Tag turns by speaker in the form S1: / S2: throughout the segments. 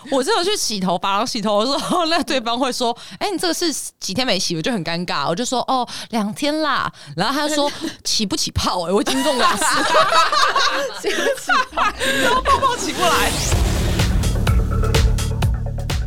S1: 我真的去洗头发，然后洗头的时候， 那对方会说：“哎、你这个是几天没洗？”我就很尴尬，我就说：“哦，两天啦。”然后他就说：“起不起泡、哎，我已经用两次，
S2: 对不起，
S1: 然后泡泡起不来。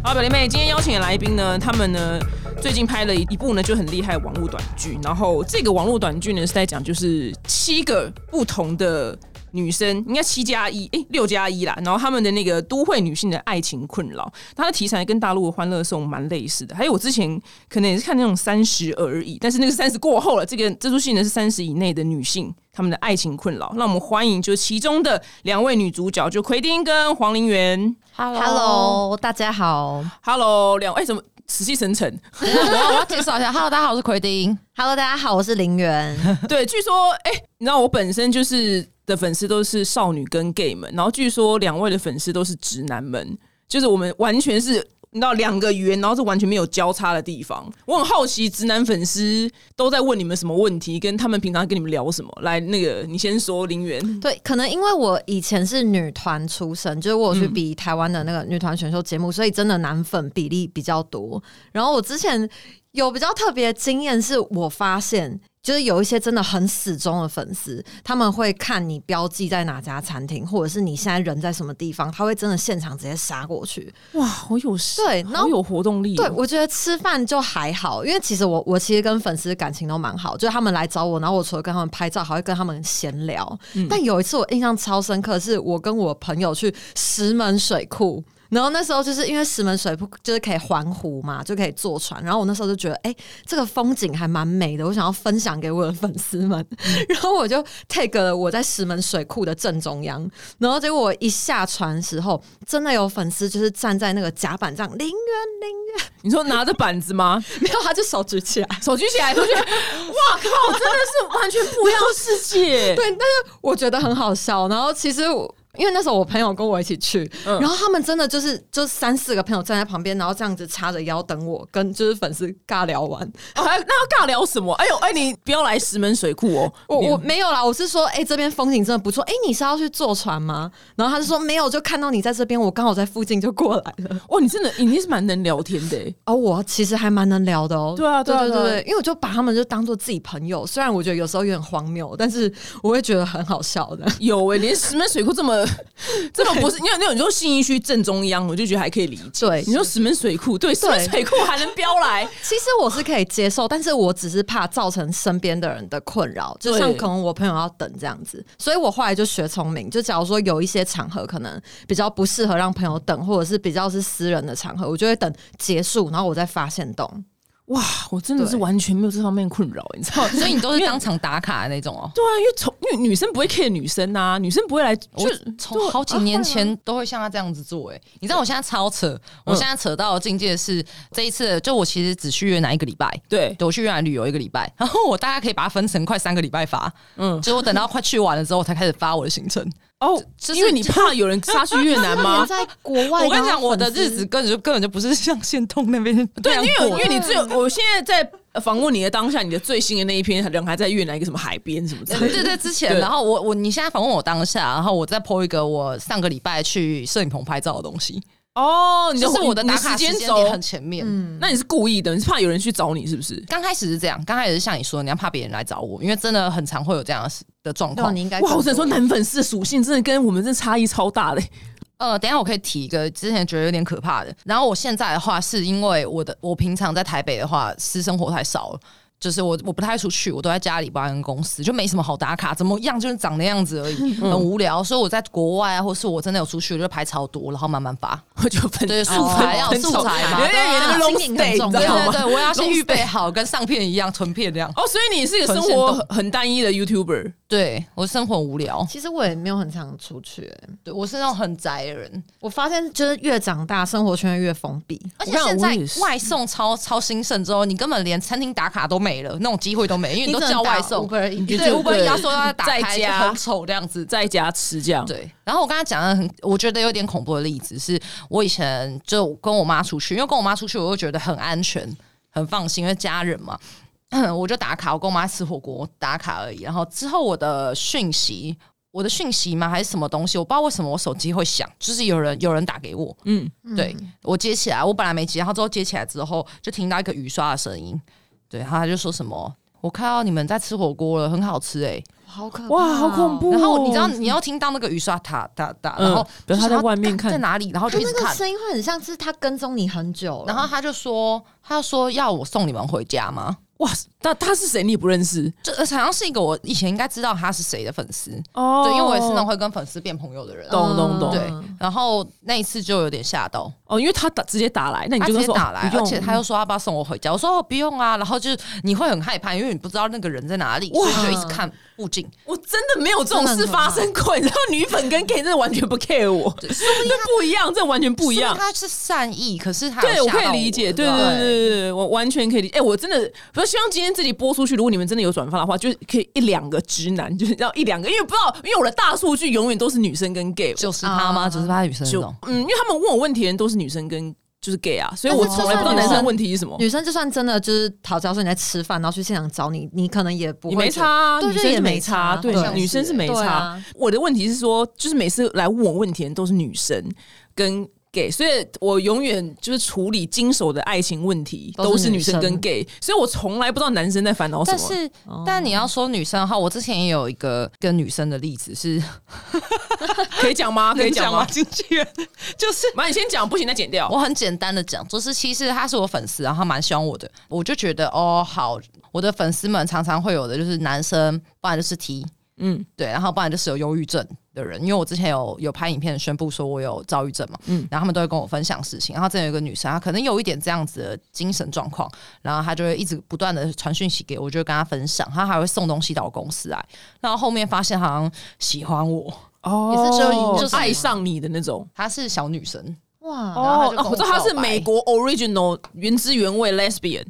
S3: 好，表弟妹，今天邀请的来宾呢，他们呢最近拍了一部呢就很厉害的网络短剧，然后这个网络短剧呢是在讲就是七个不同的。女生应该七加一，哎，六加一啦。然后他们的那个都会女性的爱情困扰，它的题材跟大陆的《欢乐颂》蛮类似的。还有我之前可能也是看那种三十而已，但是那个三十过后了，这个这出戏呢是三十以内的女性她们的爱情困扰。让我们欢迎就其中的两位女主角，就奎丁跟黄龄媛。
S2: Hello，大家好
S3: Hello，两哎、怎么死气沉沉？
S1: 我要介绍一下，Hello，大家好，我是奎丁。
S2: ，Hello，大家好，我是林媛。
S3: 对，据说哎、你知道我本身就是的粉丝都是少女跟 gay 们，然后据说两位的粉丝都是直男们，就是我们完全是。你知道两个圆，然后是完全没有交叉的地方。我很好奇，直男粉丝都在问你们什么问题，跟他们平常跟你们聊什么。来，那个你先说，林源。
S2: 对，可能因为我以前是女团出身，就是我有去比台湾的那个女团选秀节目，所以真的男粉比例比较多。然后我之前有比较特别的经验，是我发现。就是有一些真的很死忠的粉丝，他们会看你标记在哪家餐厅，或者是你现在人在什么地方，他会真的现场直接杀过去。
S3: 哇，啊好有
S2: 对然后
S3: 好有活动力、哦。
S2: 对，我觉得吃饭就还好，因为其实我我其实跟粉丝感情都蛮好，就是他们来找我，然后我除了跟他们拍照，还会跟他们闲聊。但有一次我印象超深刻，是我跟我朋友去石门水库。然后那时候就是因为石门水库就是可以环湖嘛，就可以坐船。然后我那时候就觉得，哎、这个风景还蛮美的，我想要分享给我的粉丝们。 然后我就 take 了我在石门水库的正中央，然后结果我一下船的时候，真的有粉丝就是站在那个甲板上，零元零元
S3: 你说拿着板子 吗？
S2: 没有，他就手举起来。
S3: 手举起来，我觉得，哇靠，真的是完全不一样的世界。
S2: 对，但是我觉得很好笑。然后其实我。因为那时候我朋友跟我一起去，
S3: 嗯
S2: 然后他们真的就是就三四个朋友站在旁边，然后这样子叉着腰等我跟就是粉丝尬聊完。
S3: 哦，还那要尬聊什么？哎呦，哎，你不要来石门水库哦。
S2: 我
S3: 你
S2: 我没有啦，我是说，哎、这边风景真的不错。哎、你是要去坐船吗？然后他就说没有，就看到你在这边，我刚好在附近就过来了。
S3: 哇，你真的你是蛮能聊天的欸。
S2: 哦，我其实还蛮能聊的哦。
S3: 对啊对
S2: 对
S3: 啊
S2: 对
S3: 对啊
S2: 对，因为我就把他们就当做自己朋友，虽然我觉得有时候有点荒谬，但是我会觉得很好笑的。
S3: 有哎、连石门水库这么这么不是，因为那种你说信义区正中央，我就觉得还可以理解。
S2: 对
S3: 你说石门水库，对，石门水库还能飙来，
S2: 其实我是可以接受，但是我只是怕造成身边的人的困扰，就
S3: 对
S2: 像可能我朋友要等这样子，所以我后来就学聪明，就假如说有一些场合可能比较不适合让朋友等，或者是比较是私人的场合，我就会等结束，然后我再发现动。
S3: 哇，我真的是
S2: 对
S3: 完全没有这方面困扰，欸你知道吗？
S1: 所以你都是当场打卡的那种哦。
S3: 对啊，因为从因为女生不会 care 女生呐、女生不会来就啊
S1: 我从好几年前都会像他这样子做、哎，你知道我现在超扯，
S3: 嗯
S1: 我现在扯到的境界是这一次，就我其实只去越南一个礼拜，
S3: 对，
S1: 对我去越南旅游一个礼拜，然后我大概可以把它分成快三个礼拜发，嗯，就我等到快去完了之后，我才开始发我的行 程。
S3: 哦，
S1: 就是
S3: 因为你怕有人杀去越南 吗？
S2: 在国外，
S1: 我跟你讲，我的日子根本就根本就不是像县东那边
S3: 对，因
S1: 那
S3: 为
S1: 样
S3: 有
S1: 过
S3: 因
S1: 的
S3: 为你只有我现在在访问你的当下，你的最新的那一篇人还在越南一个什么海边什么之类的。
S1: 对对，之前，
S3: 对
S1: 然后我我你现在访问我当下，然后我再 po 一个我上个礼拜去摄影棚拍照的东西，
S3: 哦，你
S1: 就是我的
S3: 你
S1: 打
S3: 时
S1: 卡时
S3: 间
S1: 间
S3: 轴，
S1: 点很前面。嗯，
S3: 那你是故意的，你是怕有人去找你是不是？
S1: 刚开始是这样，刚开始是像你说的，你要怕别人来找我，因为真的很常会有这样的事的状
S2: 那
S1: 况
S2: 啊你。应该
S3: 哇，我只能说男粉丝的属性真的跟我们这差异超大嘞。
S1: 呃，等一下我可以提一个之前觉得有点可怕的，然后我现在的话是因为我的我平常在台北的话，私生活太少了。就是我，我不太出去，我都在家里帮人公司，就没什么好打卡，怎么样就是长那样子而 已，很无聊。所以我在国外啊，或是我真的有出去，我就拍超多，然后慢慢发。
S3: 我就分
S1: 对素材要有素材嘛啊
S3: 有点有点 long
S2: 经营很
S3: stay，你
S2: 重
S3: 知
S2: 要
S1: 对
S3: 道
S1: 对
S3: 吗？
S1: 对，我要先预备好，跟上片一样，存片这样。
S3: 哦，所以你是一个
S1: 存
S3: 生
S1: 线
S3: 活
S1: 动
S3: 很很单一的 YouTuber，
S1: 对我生活很无聊，
S2: 其实我也没有很常出去、欸
S1: 对我是那种很宅的人，
S2: 我发现就是越长大，生活圈越封闭。
S1: 而且
S3: 我看
S1: 现
S3: 我
S1: 在
S3: 也是
S1: 外送超超兴盛之后，你根本连餐厅打卡都没了，那种机会都没，因为你都叫外送。
S2: 你
S3: 就
S2: 只
S3: 是
S2: 能打 Uber Eats
S1: 对，我本
S3: 对
S1: 要说要打
S3: 在
S1: 开就
S3: 家
S1: 很丑这样子，
S3: 在家吃这样。
S1: 对，然后我刚才讲的很，我觉得有点恐怖的例子是，我以前就跟我妈出去，因为跟我妈出去，我会觉得很安全、很放心，因为家人嘛。 我就打卡，我跟我妈吃火锅打卡而已。然后之后我的讯息，我的讯息吗？还是什么东西？我不知道为什么我手机会响，就是有人有人打给我，
S3: 嗯，
S1: 对我接起来，我本来没接，然后之后接起来之后就听到一个雨刷的声音，对，然后他就说什么。我看到你们在吃火锅了，很好吃哎、
S2: 好可怕哦
S3: 哇，好恐怖、哦！
S1: 然后你知道你要听到那个雨刷哒哒哒，
S3: 嗯
S1: 然后
S3: 比如
S1: 就
S3: 他
S1: 想
S3: 在
S1: 要
S3: 外面
S1: 干
S3: 看
S1: 在哪里，然后
S2: 他
S1: 就一直
S2: 那个
S1: 看，
S2: 声音会很像是他跟踪你很久了，
S1: 然后他就说，他就说要我送你们回家吗？
S3: 哇，那他是谁你也不认识
S1: 这呃好像是一个我以前应该知道他是谁的粉丝，
S3: 哦
S1: 对，因为我也是那种会跟粉丝变朋友的人。
S3: 懂懂
S1: 嗯
S3: 懂
S1: 对，然后那一次就有点吓到，
S3: 哦，因为他打直接打来，那你
S1: 他
S3: 就
S1: 直接
S3: 跟他说
S1: 打
S3: 哦
S1: 来，而
S3: 不用
S1: 且他又说要不要送我回家，我说哦不用啊，然后就是你会很害怕，因为你不知道那个人在哪里，所以就一直看附 近。
S3: 我真的没有这种事发生过，你知道女粉跟 gay 真的完全不 care 我，这不一样，这完全不一样
S1: 所以。他是善意，可是他有
S3: 对，我
S1: 吓
S3: 可
S1: 到
S3: 以理解，对
S1: 对
S3: 对
S1: 吧
S3: 对对对，我完全可以理解。哎、我真的，不是希望今天这集播出去，如果你们真的有转发的话，就是可以一两个直男，就是要一两个，因为不知道，因为我的大数据永远都是女生跟 gay，
S1: 就是他吗？
S2: 啊
S1: 就是他女生那
S3: 就
S1: 种。
S3: 嗯，因为他们问我问题的人都是女生跟就是 gay 啊，所以我
S2: 但是
S3: 从来不知道
S2: 就算
S3: 男生的
S2: 女生
S3: 问题是什么。
S2: 女生就算真的就是讨教说你在吃饭，然后去现场找你，你可能也不
S3: 你
S2: 会
S3: 没
S2: 觉
S3: 差、啊，
S2: 对
S3: 女
S2: 对
S3: 生
S2: 也
S3: 是
S2: 没
S3: 没差啊，
S2: 差
S3: 对
S2: 好，像
S3: 女生
S2: 是
S3: 是没
S2: 对
S3: 差。
S2: 啊
S3: 我的问题是说，就是每次来问我问题的人都是女生跟 gay，所以我永远就是处理经手的爱情问题
S2: 都是
S3: 都是女
S2: 女
S3: 生跟
S2: 生
S3: gay，所以我从来不知道男生在烦恼什
S1: 但
S3: 么。
S1: 是
S2: 哦，
S1: 但你要说女生的话，我之前也有一个跟女生的例子是，
S3: 可以讲吗？可以 讲 吗？
S1: 经纪人就是
S3: 妈，你先讲，不行再剪掉。
S1: 我很简单的讲，就是其实他是我粉丝，然后他蛮喜欢我的，我就觉得哦好，我的粉丝们常常会有的就是男生，不然就是 T，
S3: 嗯，
S1: 对，然后不然就是有忧郁症的人，因为我之前有有拍影片宣布说我有躁郁症嘛，嗯，然后他们都会跟我分享事情，然后之前有一个女生，她可能有一点这样子的精神状况，然后她就会一直不断的传讯息给我，我就会跟她分享，她还会送东西到我公司来，然后后面发现好像喜欢我，
S3: 哦
S1: 也是只有就是
S3: 爱上你的那种。
S1: 她是小女生，
S2: 哇，
S1: 然后
S3: 哦
S1: 他就跟，我
S3: 我知道他是
S1: 告白
S3: 美国 original 原汁原味 lesbian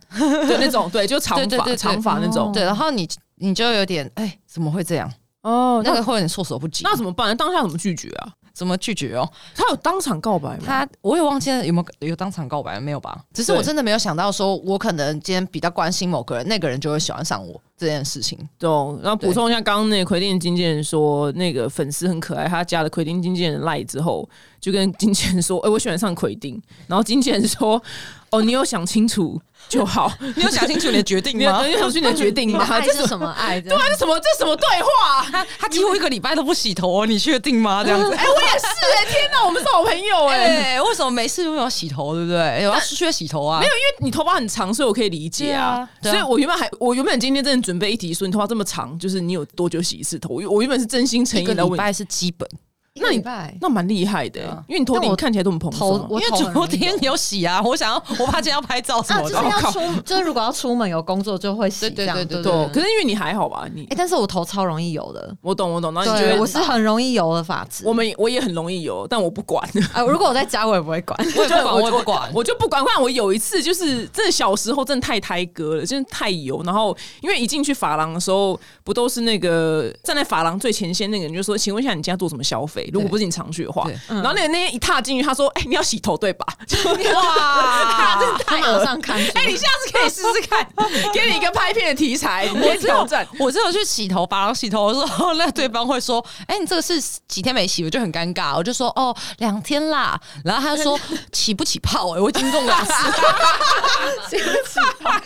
S3: 的那种，对，就长
S1: 对对对
S3: 发
S1: 对嗯
S3: 长发那种。
S1: 对，然后你你就有点哎怎么会这样？
S3: 哦
S1: 那个会有点措手不及，
S3: 那怎么办？当下怎么拒绝啊？
S1: 怎么拒绝哦？
S3: 他有当场告白吗？
S1: 他我也忘记了有没有有当场告白没有吧？只是我
S3: 对
S1: 真的没有想到，说我可能今天比较关心某个人，那个人就会喜欢上我这件事情。
S3: 懂。然后补
S1: 对
S3: 充一下，刚刚那个奎定经纪人说，那个粉丝很可爱，他加了奎定经纪人赖之后，就跟经纪人说：“哎、我喜欢上奎定。”然后经纪人说：“哦，你有想清楚就好，
S1: 你有想清楚 你的决定
S3: 你有你有想清楚你的决定 吗？”
S2: 爱
S3: 这是
S2: 是什么爱？ 对
S3: 对啊，这什么这什么对话、啊？
S1: 他他几乎一个礼拜都不洗头哦，你确定吗？这样 子，哎、
S3: 哎、我也是哎、天哪，我们是好朋友哎、
S1: 哎、为什么没事就没有洗头，对不对？哎我要出去洗头啊！没有，
S3: 因为你头发很长，所以我可以理解啊。
S1: 对啊对啊
S3: 所以我原本还，我原本今天真的准备一题说，你头发这么长，就是你有多久洗一次头？我我原本是真心诚
S1: 一
S3: 意
S1: 个
S3: 来
S1: 礼
S3: 问你，
S1: 拜是基本，
S2: 那你拜
S3: 那蛮厉害的、
S1: 对啊
S3: 因为你头
S2: 但
S3: 顶
S2: 我
S3: 看起来都很蓬松啊、
S2: 头我
S1: 因为
S2: 很容
S1: 昨
S2: 易
S1: 天有洗啊。我想要，我怕今天要拍照什
S2: 啊，
S1: 么
S2: 就是
S1: 的。
S2: 要
S3: 靠
S2: 出，就是如果要出门有工作就会洗
S1: 对对
S2: 这样，
S1: 对对
S2: 对
S3: 对，可
S2: 对。
S3: 是因为你还好吧，你、
S2: 哎，但是我头超容易油的，
S3: 我懂我懂，然后你觉
S2: 对，
S3: 得
S2: 我是很容易油的发质。
S3: 我们我也很容易有，但我不 管，
S2: 哎，如果我在家我也不会 管。
S1: 我也不
S3: 就
S1: 管，我也不管。
S3: 我就不管。我看我有一次就是真的小时候真的太胎哥了，真的太油。然后因为一进去发廊的时候，不都是那个站在发廊最前线那个人就说：“请问一下，你家做什么消费？如果不是你常去的话
S1: 对。”
S3: 然后那个那天一踏进去，他说：“哎、你要洗头 对吧？”
S1: 哇，
S2: 真的太啊马上看出，
S3: 哎、你下次可以试试 看，给你一个拍片的题材，你可
S1: 我
S3: 以
S1: 只有
S3: 挑战。
S1: 我只有去洗头，发廊洗头的时候，那对方会说：“哎、你这个是几天没洗？”我就很尴尬，我就说：“哦，两天啦。”然后他 就说：“起不起泡、哎，我听众老师，
S3: 泡泡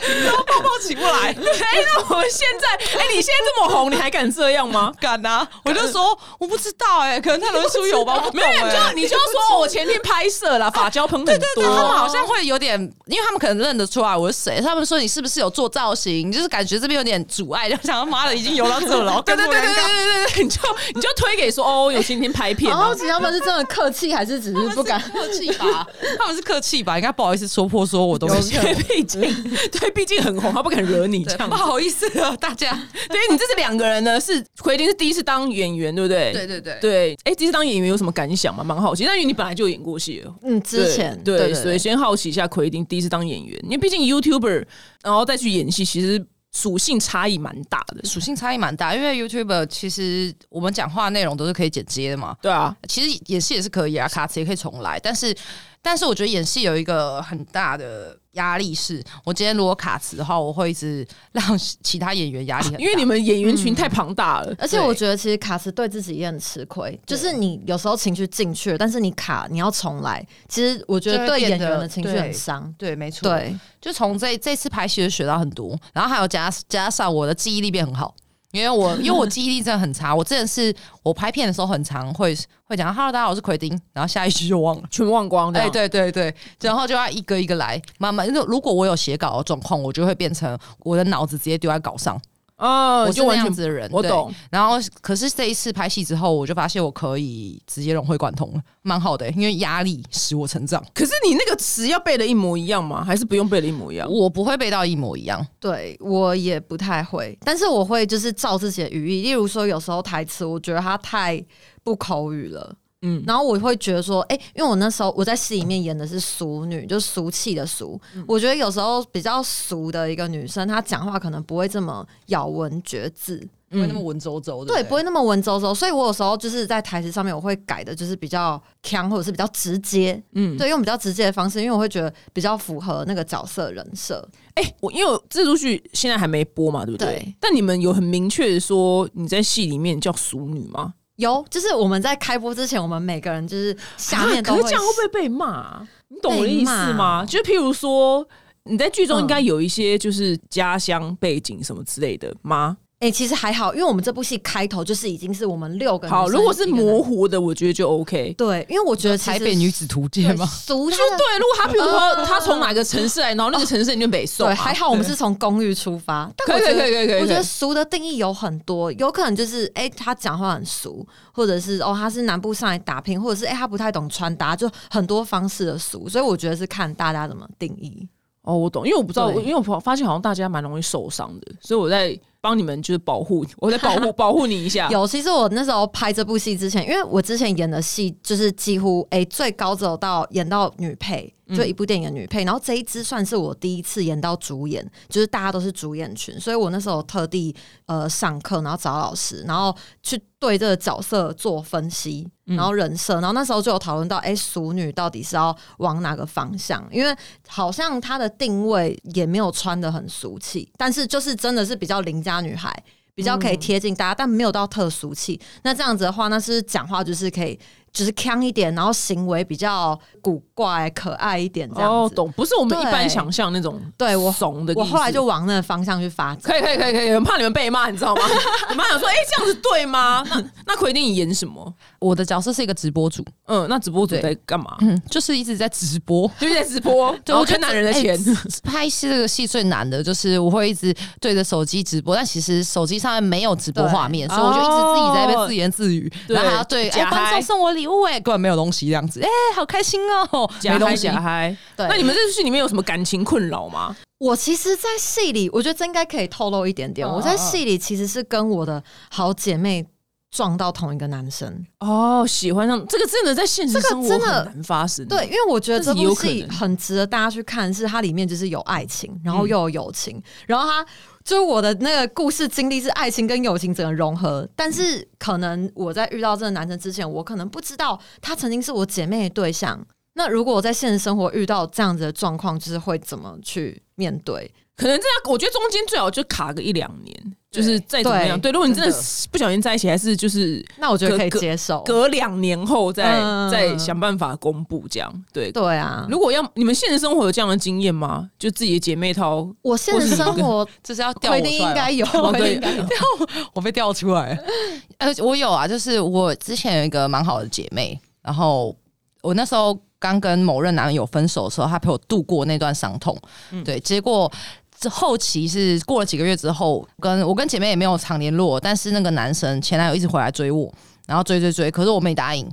S3: 起不 来。哎、那我们现在，哎、你现在这么红，你还 敢这样吗？
S1: 敢啊！” 我就说：“我不知道、哎，可能他们出油吧，我不
S3: 没
S1: 懂、
S3: 有，
S1: 哎
S3: 你就你就说我前天拍摄啦，发胶喷很多。
S1: 对对，他们好像会有点，因为他们可能认得出来我是谁，他们说你是不是有做造型，就是感觉这边有点阻碍，就想妈的已经游到这了，然 后
S3: 对
S1: 更
S3: 对
S1: 不
S3: 对
S1: 尴
S3: 对
S1: 尬。
S3: 对对对，你就你就推给说哦，有今天拍片
S2: 然后
S3: 啊，
S2: 其实他们是真的客气，还是只是不敢？
S1: 客气吧，他们是客气吧，应该不好意思说破，说我都没
S3: 有
S1: 洗
S3: 些毕竟对，毕竟很红，他不敢惹你这
S1: 对
S3: 样
S1: 不。好意思啊，大家。
S3: 对你这是两个人呢，是奎丁是第一次当演员，对不对？
S1: 对对对
S3: 对。哎，第一次当演员有什么感想吗？蛮好奇，但因为你本来就有演过戏了，
S2: 嗯，之
S3: 对
S2: 前
S3: 对
S2: 对
S3: 所以
S2: 对，
S3: 先好奇一下奎丁第一次当演员，因为毕竟 YouTuber，然后再去演戏，其实属性差异蛮大的。
S1: 属性差异蛮大，因为 YouTube 其实我们讲话内容都是可以剪接的嘛，
S3: 对啊，
S1: 其实演戏也是可以啊，卡词也可以重来，但是但是我觉得演戏有一个很大的压力是，我今天如果卡词的话，我会一直让其他演员压力很大，
S3: 因为你们演员群太庞大了。
S2: 而且我觉得其实卡词对自己也很吃亏，就是你有时候情绪进去了，但是你卡你要重来，其实我觉得
S1: 就
S2: 对
S1: 会变
S2: 演员
S1: 得
S2: 的情绪
S1: 对
S2: 很伤。
S1: 对，没错，
S2: 对，
S1: 就从这这次拍戏就学到很多，然后还有加加上我的记忆力变很好，因为 我因为我记忆力真的很差，我之前是我拍片的时候很常会会讲啊 “hello，大家好，我是奎丁”，然后下一句就忘了。
S3: 全忘光的，
S1: 哎、对对对，然后就要一个一个来，慢慢。如如果我有写稿的状况，我就会变成我的脑子直接丢在稿上，我
S3: 啊，
S1: 呃是
S3: 就
S1: 那
S3: 完
S1: 样
S3: 全
S1: 子的人。
S3: 我
S1: 对
S3: 懂。
S1: 然后，可是这一次拍戏之后，我就发现我可以直接融会贯通了，蛮好的、因为压力使我成长。
S3: 可是你那个词要背的一模一样吗？还是不用背的一模一样？
S1: 我不会背到一模一样，
S2: 对我也不太会，但是我会就是照自己的语义，例如说有时候台词，我觉得它太不口语了。嗯
S3: 嗯，
S2: 然后我会觉得说，哎、因为我那时候我在戏里面演的是俗女，就俗气的俗。
S1: 嗯
S2: 我觉得有时候比较俗的一个女生，她讲话可能不会这么咬文嚼字，
S1: 不嗯会那么文绉绉的。
S2: 对，不会那么文绉绉。所以我有时候就是在台词上面，我会改的，就是比较强或者是比较直接，
S3: 嗯，
S2: 对，用比较直接的方式，因为我会觉得比较符合那个角色人设。
S3: 哎、我因为我这出剧现在还没播嘛，对不对？
S2: 对
S3: 但你们有很明确的说你在戏里面叫熟女吗？
S2: 有，就是我们在开播之前，我们每个人就是下 面
S3: 啊
S2: 都
S3: 可
S2: 会
S3: 是这样会不会被骂啊？你懂我的意思吗？就是譬如说。你在剧中应该有一些就是家乡背景什么之类的吗？
S2: 哎、其实还好，因为我们这部戏开头就是已经是我们六个女生
S3: 好，如果是
S2: 一个男
S3: 模糊的，我觉得就 OK。
S2: 对，因为我觉得其
S1: 台
S2: 实
S1: 北女子图鉴吗？
S2: 俗
S3: 就
S2: 就
S3: 对，如果他譬如说他从哪个城市来，然后那个城市你就北宋、
S2: 哦对，
S3: 啊，
S2: 还好我们是从公寓出发，但我
S3: 可以
S2: 觉得
S3: 可以可以可以可以
S2: 我觉得俗的定义有很多，有可能就是哎、他讲话很俗，或者是哦他是南部上来打拼，或者是哎、他不太懂穿搭，就很多方式的俗，所以我觉得是看大家怎么定义。
S3: 哦，我懂，因为我不知道，
S2: 对
S3: 因为我发现好像大家蛮容易受伤的，所以我在帮你们，就是保护，我在 保护保护你一下。
S2: 有，其实我那时候拍这部戏之前，因为我之前演的戏就是几乎哎、最高只有到演到女配，就一部电影的女配，然后这一支算是我第一次演到主演，就是大家都是主演群，所以我那时候特地呃上课，然后找老师，然后去对这个角色做分析，
S3: 嗯
S2: 然后人设，然后那时候就有讨论到哎、熟女到底是要往哪个方向，因为好像她的定位也没有穿的很俗气，但是就是真的是比较邻家女孩。比较
S3: 嗯
S2: 可以贴近大家，但没有到特俗气。那这样子的话，那是讲话就是可以，就是腔一点，然后行为比较古怪、可爱一点这样
S3: 哦，
S2: 子。
S3: 懂，不是我们一般
S2: 对
S3: 想象那种
S2: 对我
S3: 怂的意思。
S2: 我后来就往那个方向去发展。
S3: 可以可以可以可以，很怕你们被骂，你知 道吗？我妈想说，哎、这样子对吗？那那奎定你演什么？
S1: 我的角色是一个直播主，
S3: 嗯，那直播主
S1: 对
S3: 在干嘛？
S1: 嗯，就是一直在直播。
S3: 就是在直 播，
S1: 对
S3: 然后
S1: 我觉得
S3: 坑男人的
S1: 哎
S3: 钱。
S1: 拍戏这个戏最难的就是我会一直对着手机直播，但其实手机上面没有直播画面，
S3: 对哦
S1: 所以我就一直自己在那边自言自语，
S3: 对
S1: 然后还要对哎
S3: 假嗨
S1: 观众送我礼 物哎、根本没有东西这样子，哎、好开心哦、
S3: 假
S1: 没
S3: 嗨
S1: 东西
S3: 假。嗨，
S2: 对
S3: 那你们这戏里面有什么感情困扰吗？
S2: 我其实，在戏里，我觉得这应该可以透露一点点。
S1: 嗯
S2: 我在戏里其实是跟我的好姐妹撞到同一个男生。
S3: 哦，喜欢上这个真的在现实
S2: 这个
S3: 生活
S2: 真的
S3: 很难发生。
S2: 对，因为我觉得这
S3: 这是有
S2: 部
S3: 可
S2: 戏
S3: 能
S2: 很值得大家去看，是它里面就是有爱情，然后又有友情，然后它就是我的那个故事经历是爱情跟友情整个融合。但是可能我在遇到这个男生之前，我可能不知道他曾经是我姐妹的对象。那如果我在现实生活遇到这样子的状况，就是会怎么去面对？
S3: 可能这样，我觉得中间最好就卡个一两年，
S1: 对
S3: 就是再怎么样。对，
S1: 对
S3: 如果你真的
S1: 真
S3: 不小心在一起，还是就是
S2: 那我觉得
S3: 隔
S2: 可以
S3: 隔
S2: 接受。
S3: 隔两年后再、
S2: 嗯
S3: 再想办法公布这样。对，
S2: 对啊，
S3: 如果要你们现实生活有这样的经验吗？就自己的姐妹掏，
S2: 我现实生 活
S1: 就是要调我
S2: 规
S1: 出来
S2: 定应
S1: 吗
S2: 该有，
S3: 哦
S2: 规定
S3: 对
S2: 应 该有。
S1: 我被调出来。 呃，我有啊，就是我之前有一个蛮好的姐妹，然后我那时候刚跟某任男友分手的时候，她陪我度过那段伤痛。对，结果。这后期是过了几个月之后，跟我跟姐妹也没有常联络，但是那个男生前男友一直回来追我，然后追追追，可是我没答应。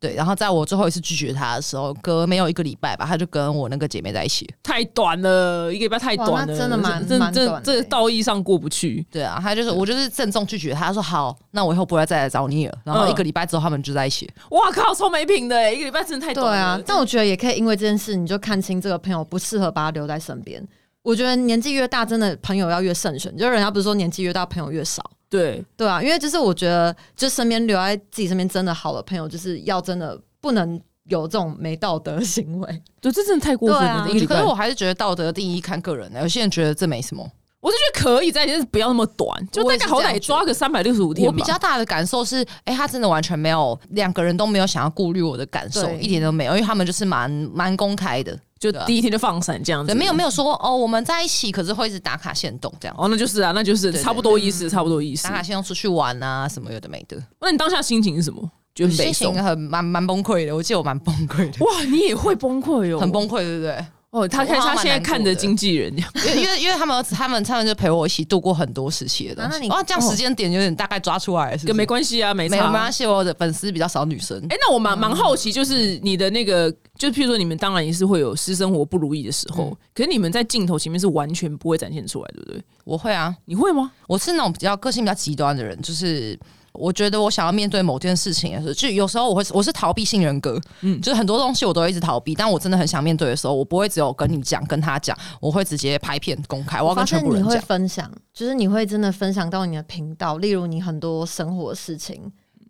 S1: 对，然后在我最后一次拒绝他的时候，隔没有一个礼拜吧，他就跟我那个姐妹在一起了。
S3: 太短了，一个礼拜太
S2: 哇
S3: 短
S2: 那
S3: 了，
S2: 真的蛮
S3: 这
S2: 蛮
S3: 这这
S2: 短的
S3: 这
S2: 欸
S3: 道义上过不去。
S1: 对啊，他就是我就是郑重拒绝他，他说好，那我以后不会再来找你了。然后一个礼拜之后，他们就在一起了。
S3: 哇靠，超没品的、欸，一个礼拜真的太
S2: 对
S3: 短了。
S2: 啊，但我觉得也可以因为这件事，你就看清这个朋友不适合把他留在身边。我觉得年纪越大，真的朋友要越慎选。就人家不是说年纪越大朋友越少，
S3: 对，
S2: 对啊，因为就是我觉得，就身边留在自己身边真的好的朋友，就是要真的不能有这种没道德行为。
S3: 对，这真的太过分了。
S2: 对啊
S3: 一个礼
S1: 嗯可
S3: 拜
S1: 是我还是觉得道德第一看个人、的，欸有些人觉得这没什么。
S3: 我是觉得可以，但就是不要那么短，就
S1: 我
S3: 大
S1: 也是
S3: 概好
S1: 这样
S3: 歹
S1: 觉
S3: 抓个三百六十五天
S1: 我
S3: 吧。
S1: 比较大的感受是，哎、他真的完全没有两个人都没有想要顾虑我的感受，
S2: 对
S1: 一点都没有，因为他们就是蛮蛮公开的，
S3: 就
S1: 对啊
S3: 第一天就放闪这样子，
S1: 对，没有没有说哦，我们在一起，可是会一直打卡线动这样，
S3: 哦，那就是啊，那就是
S1: 对对嗯
S3: 差不多意思，差不多意思
S1: 打。卡线动出去玩啊，什么有的没的，
S3: 那你当下心情是什么？觉得很
S1: 心
S3: 悲
S1: 情
S3: 伤
S1: 很蛮蛮崩溃的，我记得我蛮崩溃 的，
S3: 哇，你也会崩溃哦，
S1: 很崩溃，对不 对？
S3: 哦。他看
S1: 我
S3: 他
S1: 还蛮
S3: 现在
S1: 难过
S3: 看着
S1: 的
S3: 经 纪人这样，
S1: 因为因为因为他们他们他们就陪我一起度过很多时期的东
S2: 啊那
S1: 西，
S2: 你
S1: 哦，这样时间点有点大概抓出来了，是不
S3: 跟
S1: 是
S3: 没关系啊，没
S1: 没有嗯没
S3: 差
S1: 关。系，我的粉丝比较少女生，
S3: 哎、那我蛮蛮好奇，就是你的那个，就譬如说，你们当然也是会有私生活不如意的时候，
S1: 嗯
S3: 可是你们在镜头前面是完全不会展现出来，对不对？
S1: 我会啊，
S3: 你会吗？
S1: 我是那种比较个性比较极端的人，就是我觉得我想要面对某件事情的时候，就有时候我会我是逃避性人格，嗯，就是很多东西我都会一直逃避，但我真的很想面对的时候，我不会只有跟你讲跟他讲，我会直接拍片公开，我要
S2: 发
S1: 跟全
S2: 现
S1: 部
S2: 你
S1: 人
S2: 会
S1: 讲。
S2: 分享，就是你会真的分享到你的频道，例如你很多生活事情，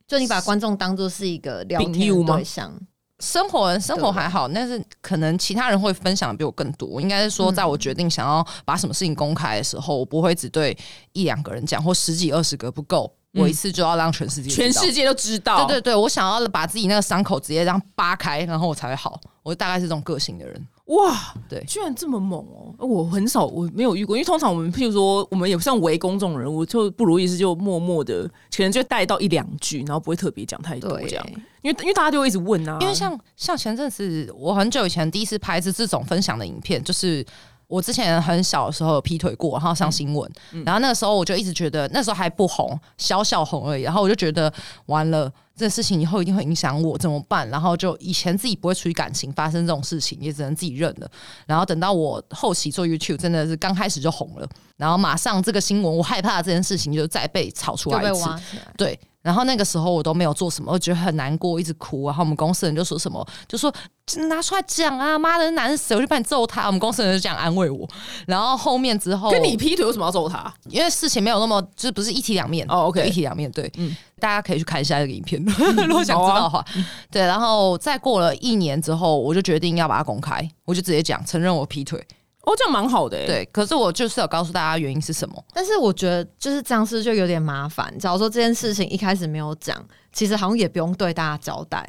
S2: 就你把观众当做是一个聊
S3: 饼友
S2: 天的
S3: 吗
S2: 对象。
S1: 生活生活还好，但是可能其他人会分享的比我更多。应该是说，在我决定想要把什么事情公开的时候，我不会只对一两个人讲，或十几二十个不够，我一次就要让全世界知道
S3: 全世界都知道，
S1: 对对对，我想要把自己那个伤口直接这样扒开，然后我才会好。我大概是这种个性的人，
S3: 哇，
S1: 对
S3: 居然这么猛哦！我很少，我没有遇过，因为通常我们譬如说，我们也不算围公众人物，就不如意思就默默的，可能就带到一两句，然后不会特别讲太多
S2: 对
S3: 这样，因为因为大家就会一直问啊，
S1: 因为像像前阵子，我很久以前第一次拍是这种分享的影片，就是。我之前很小的时候有劈腿过，然后上新闻，然后那个时候我就一直觉得那时候还不红，小小红而已，然后我就觉得完了，这事情以后一定会影响我，怎么办？然后就以前自己不会处理感情，发生这种事情也只能自己认了。然后等到我后期做 YouTube，真的是刚开始就红了，然后马上这个新闻，我害怕这件事情就再被炒出
S2: 就
S1: 来
S2: 被
S1: 一次，
S2: 挖起来。
S1: 对，然后那个时候我都没有做什么，我觉得很难过，一直哭。然后我们公司人就说什么，就说拿出来讲啊，妈的，男死我就把你揍他。我们公司人就这样安慰我。然后后面之后，
S3: 跟你劈腿为什么要揍他？
S1: 因为事情没有那么，就是不是一体两面
S3: 哦，OK
S1: 对一体两面对，
S3: 嗯啊
S1: 大家可以去看一下这个影片， 如果想知道的话。对，然后再过了一年之后，我就决定要把它公开，我就直接讲承认我劈腿。
S3: 哦，这样蛮好的、欸，，
S1: 对，可是我就是有告诉大家原因是什么。
S2: 但是我觉得就是这样是就有点麻烦。假如说这件事情一开始没有讲，其实好像也不用对大家交代。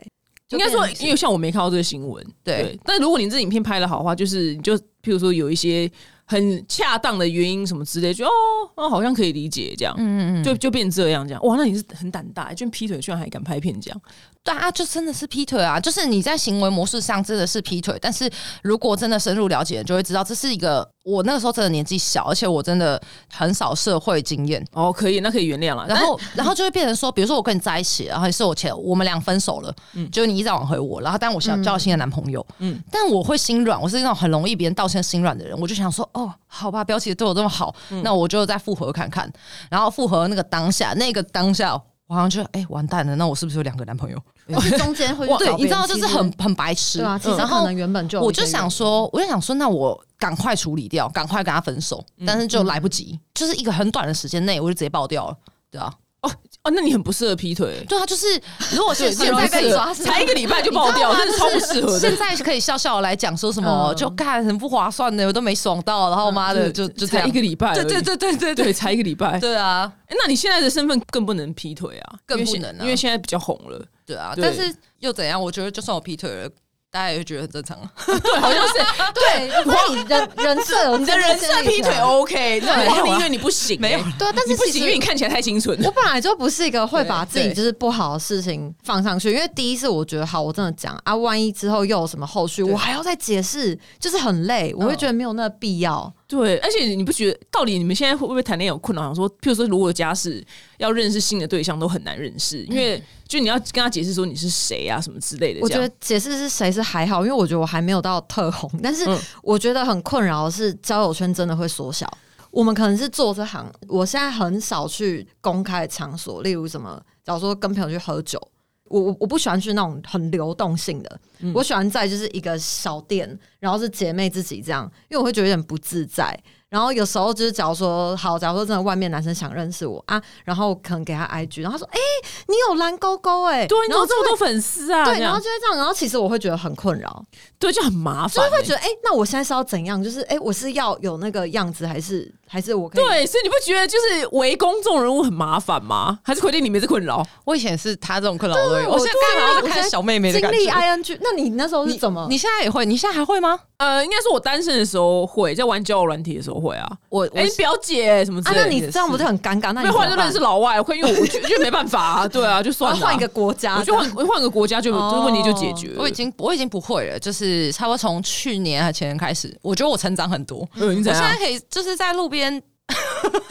S3: 应该说
S2: 就变，成
S3: 因为像我没看到这个新闻，
S1: 对
S3: 但如果你这影片拍的好的话，就是你就譬如说有一些很恰当的原因什么之类，就哦哦好像可以理解这样，嗯嗯就就变这样这样，哇，那你是很胆大、欸，居然劈腿居然还敢拍片这样，
S1: 对啊，就真的是劈腿啊！就是你在行为模式上真的是劈腿，但是如果真的深入了解，就会知道这是一个我那个时候真的年纪小，而且我真的很少社会经验。
S3: 哦，可以，那可以原谅了，
S1: 然后，然后就会变成说，比如说我跟你在一起，然后是我前我们俩分手了，就你一直挽回我，然后但我想交新的男朋友，
S3: 嗯
S1: 嗯，但我会心软，我是那种很容易别人道歉心软的人，我就想说，哦，好吧，标姐对我这么好，那我就再复合看看。然后复合那个当下，那个当下，我好像就哎、完蛋了，那我是不是有两个男朋友？
S2: 但是哦中间会遇到
S1: 对，
S2: 别人
S1: 你知道，就
S2: 其
S1: 是
S2: 实
S1: 很很白痴。嗯
S2: 对啊。其实
S1: 然
S2: 可
S1: 后
S2: 能原本就有
S1: 我
S2: 一些
S1: 就想
S2: 原
S1: 说，我就想说，那我赶快处理掉，赶快跟他分手，
S2: 嗯
S1: 但是就来不及，就是一个很短的时间内，我就直接爆掉了。对啊，
S3: 哦，那你很不适合劈腿，
S1: 对啊， 就是如果是现
S2: 容易
S1: 在跟
S2: 被
S1: 你
S2: 你抓
S1: 说，
S2: 是吗
S3: 才一个礼拜就爆掉，真的超不适合
S1: 现
S3: 的。
S1: 在可以笑笑地来讲说什么，
S2: 嗯
S1: 就干很不划算的，我都没爽到，然后妈的就就这
S3: 才
S1: 样
S3: 一个。礼拜而已，
S1: 对对对对对
S3: 对，
S1: 对
S3: 才一个礼拜。
S1: 对啊，
S3: 诶那你现在的身份更不能劈腿啊，
S1: 更
S3: 因为现
S1: 不能啊
S3: 因为现在比较红了。
S1: 对啊，
S3: 对
S1: 但是又怎样？我觉得就算我劈腿了，大家也会觉得很正常啊。
S3: 对，好 像是对，
S2: 因为你人人设，哦
S3: 你的人设劈腿 OK，对，
S1: 没有啊
S3: 王林月你不行欸，
S1: 没有
S2: 对啊，但
S3: 你
S2: 是
S3: 不
S2: 其
S3: 行，因为
S2: 实
S3: 你看起来太清纯。
S2: 我本来就不是一个会把 自己
S1: 对
S2: 就是不好的事情放上去，因为第一是我觉得好，我真的讲啊，万一之后又有什么后续，
S3: 对
S2: 我还要再解释，就是很累，我会觉得没有那个必要。
S3: 对，而且你不觉得，到底你们现在会不会谈恋爱有困扰？想说，譬如说，如果家事要认识新的对象都很难认识，因为就你要跟他解释说你是谁啊，什么之类的。
S2: 我觉
S3: 这
S2: 得
S3: 样
S2: 解释是谁是还好，因为我觉得我还没有到特红， 但是
S3: 嗯
S2: 我觉得很困扰的是交友圈真的会缩小。我们可能是做这行，我现在很少去公开的场所，例如什么，假如说跟朋友去喝酒，我我我不喜欢去那种很流动性的，
S3: 嗯
S2: 我喜欢在就是一个小店，然后是姐妹自己这样，因为我会觉得有点不自在。然然后有时候就是，假如说好，假如说真的外面男生想认识我啊，然后可能给他 IG，然后他说：“哎、你有蓝勾勾哎、
S3: 对，你怎
S2: 然后
S3: 么这么多粉丝啊？
S2: 对，
S3: 这
S2: 然后
S3: 样
S2: 就会这样，然后其实我会觉得很困扰，
S3: 对，就很麻
S2: 就
S3: 烦
S2: 是
S3: 欸，
S2: 会觉得，哎、那我现在是要怎样？就是，哎、我是要有那个样子，还是还是我可以？
S3: 对，所以你不觉得就是围攻这种人物很麻烦吗？还是奎定你们也是困扰？
S1: 我以前是他这种困扰我都有，
S2: 啊我
S1: 我现在干嘛要看小妹妹的
S2: 经
S1: 感
S2: 历
S1: 觉？
S2: ing，那你那时候是怎么？
S1: 你现在也会？你现在还会吗？
S3: 呃，应该是我单身的时候会，在玩交友软体的时候会啊。
S1: 我
S3: 哎、
S1: 我
S3: 表姐什么之
S2: 啊
S3: 类，的，
S2: 那你这样不就很尴尬？那你
S3: 没有换
S2: 怎
S3: 就
S2: 么办
S3: 认识老外，会因为我我觉得因为没办法 啊，对啊，就
S2: 我
S3: 算
S2: 要
S3: 了啊，
S2: 换一个国家，
S3: 我就换换个国家就
S2: 哦
S3: 这问题就解决了。
S1: 我已经我已经不会了，就是差不多从去年还前年开始，我觉得我成长很多。
S3: 嗯，你
S1: 我
S3: 怎
S1: 现
S3: 样
S1: 在？可以就是在路边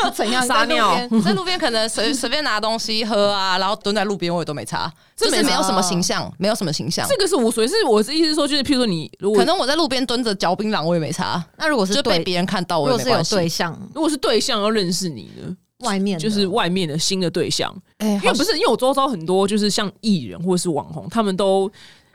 S2: 是怎 样
S3: 撒
S2: 跟路
S3: 尿
S2: 边
S1: 在路边可能随 随便拿东西喝啊，然后蹲在路边我也都没差，
S3: 这
S1: 就
S3: 没
S1: 是没有
S2: 差
S1: 什么形象，没有什么形象
S3: 这。个是无所谓，是我的意思是说，就是譬如说你如果
S1: 可能我在路边蹲着嚼槟榔，我也没差，
S2: 那如果
S1: 就是被
S2: 对，
S1: 别人看到
S2: 如
S1: 我也
S2: 果
S1: 没
S2: 是有
S1: 关系。
S2: 对象，
S3: 如果是对象要认识你呢，
S2: 外面的
S3: 就是外面的新的对象，
S1: 哎，
S3: 因为
S1: 好
S3: 不是因为我周遭很多就是像艺人或者是网红，他们都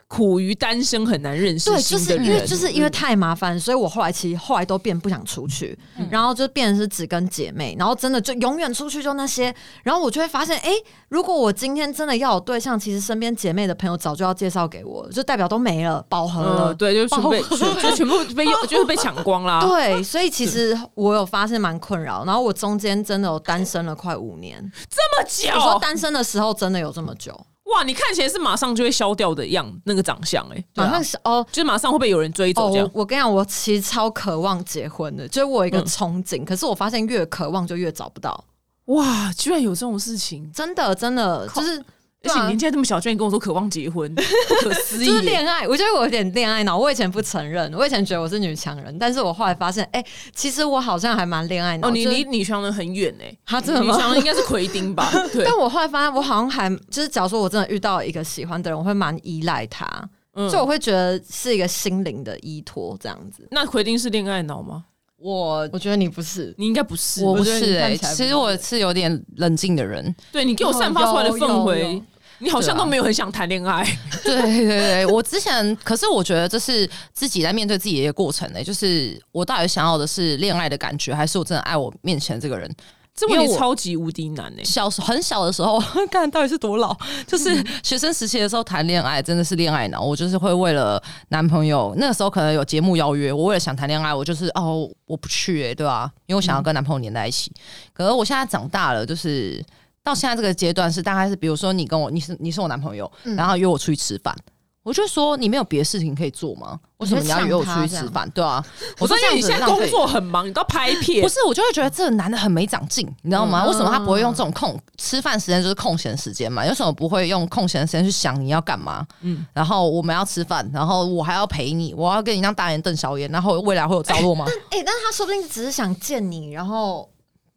S3: 苦于单身很难认识
S2: 对，就
S3: 新
S2: 是
S3: 的人，
S2: 因为就是因为太麻烦，所以我后来其实后来都变不想出去，
S3: 嗯
S2: 然后就变成是只跟姐妹，然后真的就永远出去就那些，然后我就会发现，哎、如果我今天真的要有对象，其实身边姐妹的朋友早就要介绍给我了，就代表都没了，饱和了。
S3: 呃，对，就啊全部被全就全部被用，就是被抢光啦。
S2: 对，所以其实我有发现蛮困扰，然后我中间真的有单身了快五年。
S3: 这么
S2: 我说
S3: 久，
S2: 单身的时候真的有这么久，
S3: 哇，你看起来是马上就会消掉的样，那个长相哎、欸，
S2: 马上
S3: 对啊
S2: 是哦，
S3: 就是马上会被有人追
S2: 哦，
S3: 走这样。
S2: 我我跟你讲，我其实超渴望结婚的，就是我有一个憧
S3: 嗯
S2: 憬，可是我发现越渴望就越找不到，
S3: 哇，居然有这种事情！
S2: 真的真的
S3: 靠
S2: 就是。
S3: 而
S2: 对
S3: 且你
S2: 啊
S3: 年纪还这么小，居然跟我说渴望结婚，不可思
S2: 就
S3: 议
S2: 是
S3: 欸耶！
S2: 恋爱，我觉得我有点恋爱脑。我以前不承认，我以前觉得我是女强人，但是我后来发现，哎、其实我好像还蛮恋爱脑。
S3: 哦，你
S2: 就是
S3: 离女强人很远哎、欸，
S2: 啊真的
S3: 女
S2: 吗
S3: 强人应该是奎丁 吧？对，
S2: 但我后来发现，我好像还就是，假如说我真的遇到一个喜欢的人，我会蛮依赖他，
S3: 嗯
S2: 就我会觉得是一个心灵的依托这样子。
S3: 那奎丁是恋爱脑吗？
S1: 我
S2: 我觉得你不是，
S3: 你应该不是，
S1: 我不
S2: 觉得你
S1: 是
S2: 看
S1: 哎，
S2: 起来不
S1: 其实
S2: 是欸
S1: 我是有点冷静的人。
S3: 对你给我散发出来的氛
S2: 有有
S3: 围
S2: 有，啊
S3: 你好像
S1: 对啊
S3: 都没有很想谈恋爱。
S1: 对对对，我之前可是我觉得这是自己在面对自己的一个过程呢、就是我到底想要的是恋爱的感觉，还是我真的爱我面前这个人？
S3: 这问
S1: 因为
S3: 题
S1: 我
S3: 超级无敌难哎、
S1: 小时很小的时候， 看到底是多老，
S3: 嗯
S1: 就是学生时期的时候谈恋爱，真的是恋爱脑。我就是会为了男朋友，那个时候可能有节目邀约，我为了想谈恋爱，我就是哦，我不去哎、对吧、因为我想要跟男朋友黏在一起。
S3: 嗯
S1: 可是我现在长大了，就是到现在这个阶段是大概是，比如说你跟我，你是你是我男朋友，
S3: 嗯
S1: 然后约我出去吃饭。我就说你没有别的事情可以做吗？为什么你要约我出去吃饭？对啊，
S3: 我
S1: 我
S3: 说
S1: 说这样
S3: 因为你
S1: 子
S3: 现在
S1: 浪
S3: 工
S1: 费
S3: 作很忙，你都要拍片
S1: 不，是，我就会觉得这个男的很没长进，你知道吗？
S2: 嗯
S1: 为什么他不会用这种空吃饭时间就是空闲时间嘛？为什么不会用空闲时间去想你要干嘛？
S3: 嗯
S1: 嗯，然后我们要吃饭，然后我还要陪你，我要跟你这样大眼瞪小眼，然后未来会有着落吗？
S2: 哎、但他说不定只是想见你，然后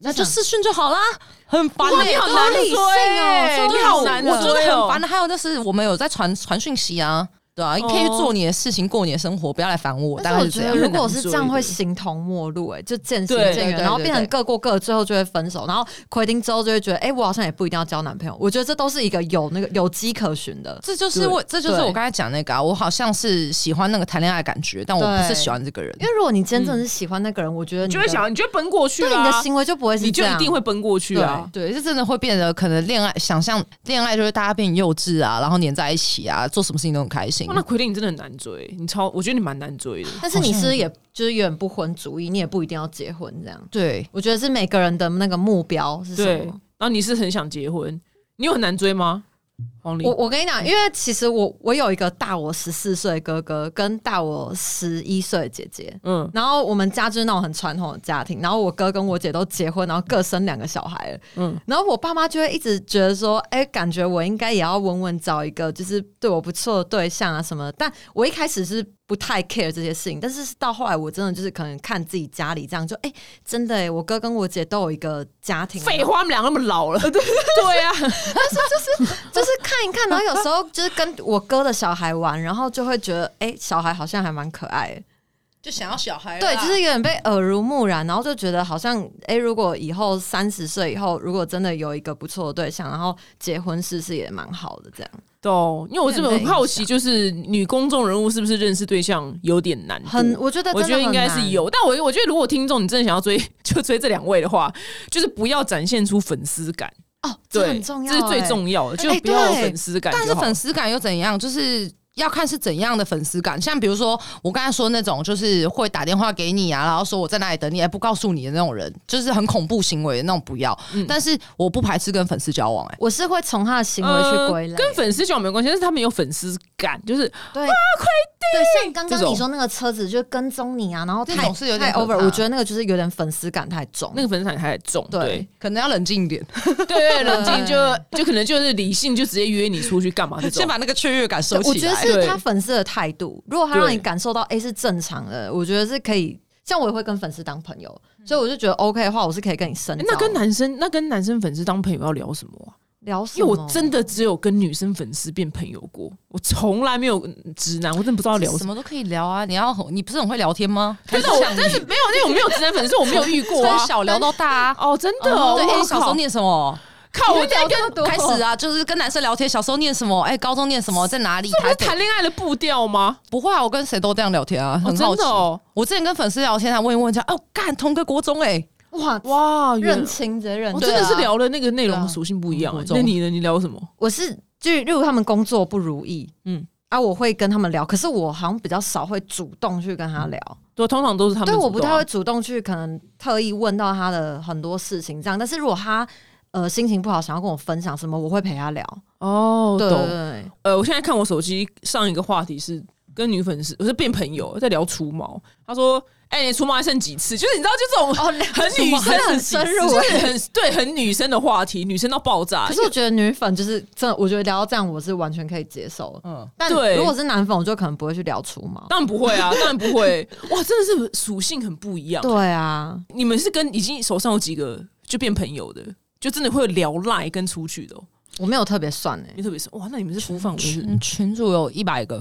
S1: 那就视讯就好啦，很烦
S3: 哇
S1: 欸
S3: 你好
S1: 对
S3: 难
S1: 啊
S3: 追
S1: 理性
S3: 欸
S1: 哦
S3: 你好
S1: 我
S3: 难
S1: 我觉
S3: 追
S1: 得
S3: 哦
S1: 很烦的。还有就是我们有在传传讯息啊。对啊，你可以去
S3: 哦
S1: 做你的事情，过你的生活，不要来烦我。大概
S2: 但是我
S1: 是这
S2: 觉
S1: 样
S2: 得，。如果是这样，
S3: 很难
S2: 会
S3: 追的
S2: 形同陌路、哎，就渐行
S3: 对
S2: 渐
S1: 对
S2: 远，
S1: 对
S2: 然后
S1: 对
S2: 变成
S1: 对
S2: 各过各的，最后就会分手。然后奎丁之后就会觉得，哎、我好像也不一定要交男朋友。我觉得这都是一个有那个有迹可循的。
S1: 这就是我，这就是
S2: 对
S1: 我刚才讲那个啊，我好像是喜欢那个谈恋爱的感觉，但我不是喜欢这个人。
S2: 因为如果你今天真的是喜欢那个人，我觉得
S3: 嗯你
S2: 你
S3: 就会
S2: 的
S3: 想，你就会奔过去
S2: 对你的
S3: 啦，
S2: 行为就不会是
S3: 你就
S2: 这
S3: 一
S2: 样
S3: 定会奔过去啊。
S1: 对，是真的会变得可能恋爱想象恋爱就是大家变幼稚啊，然后黏在一起啊，做什么事情都很开心
S3: 哇。那奎定你真的很难追，你超，我觉得你蛮难追的。
S2: 但是你是不是也就是有点不婚主义，你也不一定要结婚这样。
S1: 对，
S2: 我觉得是每个人的那个目标是
S3: 对，
S2: 什
S3: 然
S2: 么。
S3: 后你是很想结婚，你有很难追吗？黄玲
S2: 我，我跟你
S3: 嗯
S2: 讲，因为其实我我有一个大我十四岁的哥哥，跟大我十一岁的姐姐。
S3: 嗯，
S2: 然后我们家就是那种很传统的家庭，然后我哥跟我姐都结婚，然后各生两个小孩了。
S3: 嗯
S2: 嗯，然后我爸妈就会一直觉得说，哎，感觉我应该也要稳稳找一个就是对我不错的对象啊什么的。但我一开始是不太 care 这些事情，但是到后来我真的就是可能看自己家里这样，就哎，真的哎，我哥跟我姐都有一个家庭了，
S3: 废话，我们俩那么老了，对 啊，
S2: 就是看一看，然后有时候就是跟我哥的小孩玩，然后就会觉得，哎、小孩好像还蛮可爱的。
S1: 就想要小孩啦，
S2: 对，就是有点被耳濡目染，然后就觉得好像，哎、如果以后三十岁以后，如果真的有一个不错的对象，然后结婚试试也蛮好的，这样
S3: 懂？因为我这
S2: 有点
S3: 本
S2: 被
S3: 好
S2: 影
S3: 奇，
S2: 响
S3: 就是女公众人物是不是认识对象有点难度？
S2: 很，我觉得
S3: 我觉得
S2: 真的
S3: 应
S2: 很
S3: 该是
S2: 难。
S3: 有，但我我觉得如果听众你真的想要追， 就追这两位的话，就是不要展现出粉丝感，
S2: 哦，这
S3: 对，
S2: 很重要、
S3: 这是最
S2: 诶。
S3: 重要的，就
S2: 哎
S3: 不要有
S2: 对
S3: 粉丝感就
S1: 但
S3: 好。
S1: 是粉丝感又怎样？就是。要看是怎样的粉丝感，像比如说我刚才说那种，就是会打电话给你啊，然后说我在哪里等你，还不告诉你的那种人，就是很恐怖行为的那种，不要。但是我不排斥跟粉丝交往、哎，
S2: 我是会从他的行为去归类、
S3: 呃，跟粉丝交往没有关系，但是他们有粉丝感，就是
S2: 对对，像刚
S3: 这
S2: 刚
S3: 种
S2: 你说那个车子就跟踪你啊，然后
S1: 这
S2: 太
S1: 种是有点
S2: 太
S1: 可
S2: over，
S1: 怕
S2: 我觉得那个就是有点粉丝感太重。
S3: 那个粉丝感太重，对
S2: 对
S1: 可能要冷静一点，
S3: 对对，冷静
S2: 对
S3: 就就可能就是理性就直接约你出去干嘛这
S1: 先
S3: 种。
S1: 把那个雀跃感收
S2: 我
S1: 起
S2: 觉得
S1: 来。
S2: 是
S3: 对
S2: 他粉丝的态度，如果他让
S3: 对
S2: 你感受到哎、诶是正常的，我觉得是可以。像我也会跟粉丝当朋友，所以我就觉得 OK 的话，我是可以跟你深
S3: 嗯诶
S2: 交。
S3: 那跟男生那跟男生粉丝当朋友要聊什么啊？
S2: 聊什
S3: 因为
S2: 么？
S3: 我真的只有跟女生粉丝变朋友过，我从来没有直男，我真的不知道聊什
S1: 什么
S3: 么。
S1: 都可以聊啊，你要你不是很会聊天吗？
S3: 但是我但是没有那种没有直男粉丝，我没有遇过啊
S1: 从。小聊到大啊。
S3: 哦，真的
S2: 嗯
S3: 哦，
S1: 对，
S3: 哇
S1: 哎，你小时
S3: 靠
S1: 候念什么？
S3: 靠我在
S1: 在
S3: 跟
S1: 跟开始啊，就是跟男生聊天，小时候念什么？哎，高中念什么？在哪里？
S3: 这不
S1: 台
S3: 是
S1: 北
S3: 谈恋爱的步调吗？
S1: 不会啊，我跟谁都这样聊天啊，
S3: 哦
S1: 很好
S3: 真
S1: 奇。
S3: 的哦，
S1: 我之前跟粉丝聊天，还问一问一下，哦，干同个国中哎、
S2: 哇
S3: 哇，原
S2: 认清直接认
S3: 我
S2: 清，
S3: 真的是
S2: 对啊
S3: 聊的那个
S1: 对
S3: 内容
S1: 啊
S3: 属性不一
S1: 嗯
S3: 样、欸
S1: 我。懂
S3: 那你呢？你聊什么？
S2: 我是就例如他们工作不如意，
S3: 嗯
S2: 嗯。啊，我会跟他们聊，可是我好像比较少会主动去跟他聊，
S3: 对，通常都嗯是他们
S2: 对，
S3: 主动啊。
S2: 我不太会主动去可能特意问到他的很多事情这样，但是如果他呃心情不好，想要跟我分享什么，我会陪他聊。
S3: 哦，
S2: 对对
S3: 懂。
S2: 对，
S3: 呃，我现在看我手机上一个话题是跟女粉丝，我是变朋友，在聊除毛。他说：“哎、你除毛还剩几次？”就是你知道，就这种
S2: 哦，聊
S3: 很女生
S2: 真的
S3: 的
S2: 很
S3: 几次
S2: 深入、
S3: 就是
S2: 欸。
S3: 很对很女生的话题，女生到爆炸。欸
S2: 可是我觉得女粉就是真的，我觉得聊到这样我是完全可以接受。
S1: 嗯，
S2: 但
S3: 对
S2: 如果是男粉，我就可能不会去聊除毛。
S3: 当然不会啊，当然不会。 哇，真的是属性很不一样。
S2: 对啊，
S3: 你们是跟已经手上有几个就变朋友的，就真的会有聊赖跟出去的、哦。
S2: 我没有特别算哎、
S3: 你特别是哇，那你们是服务范围是
S1: 群群主有一百个，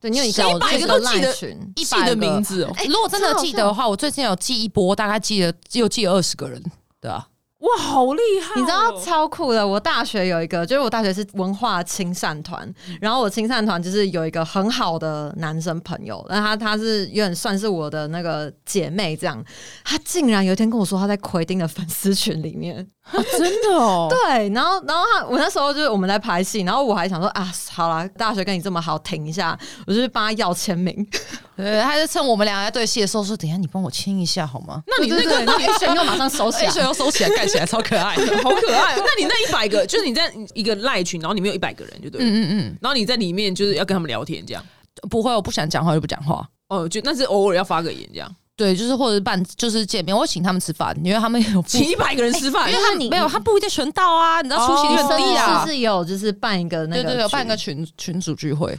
S2: 对你有一个
S3: 100个都记得
S2: 赖群，
S1: 一
S3: 记
S1: 百
S3: 得
S1: 个
S3: 名。字哦，
S1: 哎如果真的
S2: 超好
S1: 记得的话，我最近有记一波，大概记得又记了二十个人，对啊，
S3: 哇，好厉害哦、
S2: 你知道超酷的，我大学有一个，就是我大学是文化亲善团，
S3: 嗯
S2: 然后我亲善团就是有一个很好的男生朋友，那他他是有点算是我的那个姐妹这样，他竟然有一天跟我说他在奎丁的粉丝群里面，
S3: 啊真 的哦，
S2: 对，然后然后他我那时候就是我们在拍戏，然后我还想说啊，好啦，大学跟你这么好，停一下，我就去帮他要签名。
S1: 对，他就趁我们俩在对戏的时候说：“等一下你帮我亲一下好吗
S3: 那你那
S2: 对对
S3: 个
S2: 对然后 A 选又马上收？”起
S1: 而
S2: 来
S1: 且。又收起来，盖起来，超可 爱的。
S3: 好可爱哦。那你那一百个，就是你在一个赖群，然后里面有一百个人，就对了。
S1: 嗯嗯
S3: 然后你在里面就是要跟他们聊天，这样。
S1: 嗯，不会，我不想讲话就不讲话。
S3: 哦，就那是偶尔要发个言这样，
S1: 对，就是或者办，就是见面，我请他们吃饭，因为他们有付
S3: 请一百个人吃饭
S1: 哎因为，他
S2: 那你哦
S1: 没有，他不一定全到啊，你知道 出席率很低
S2: 是
S1: 啊。
S2: 不是有就是办一个那
S1: 对
S2: 个
S1: 对对，有办一个
S2: 群
S1: 群群组聚会，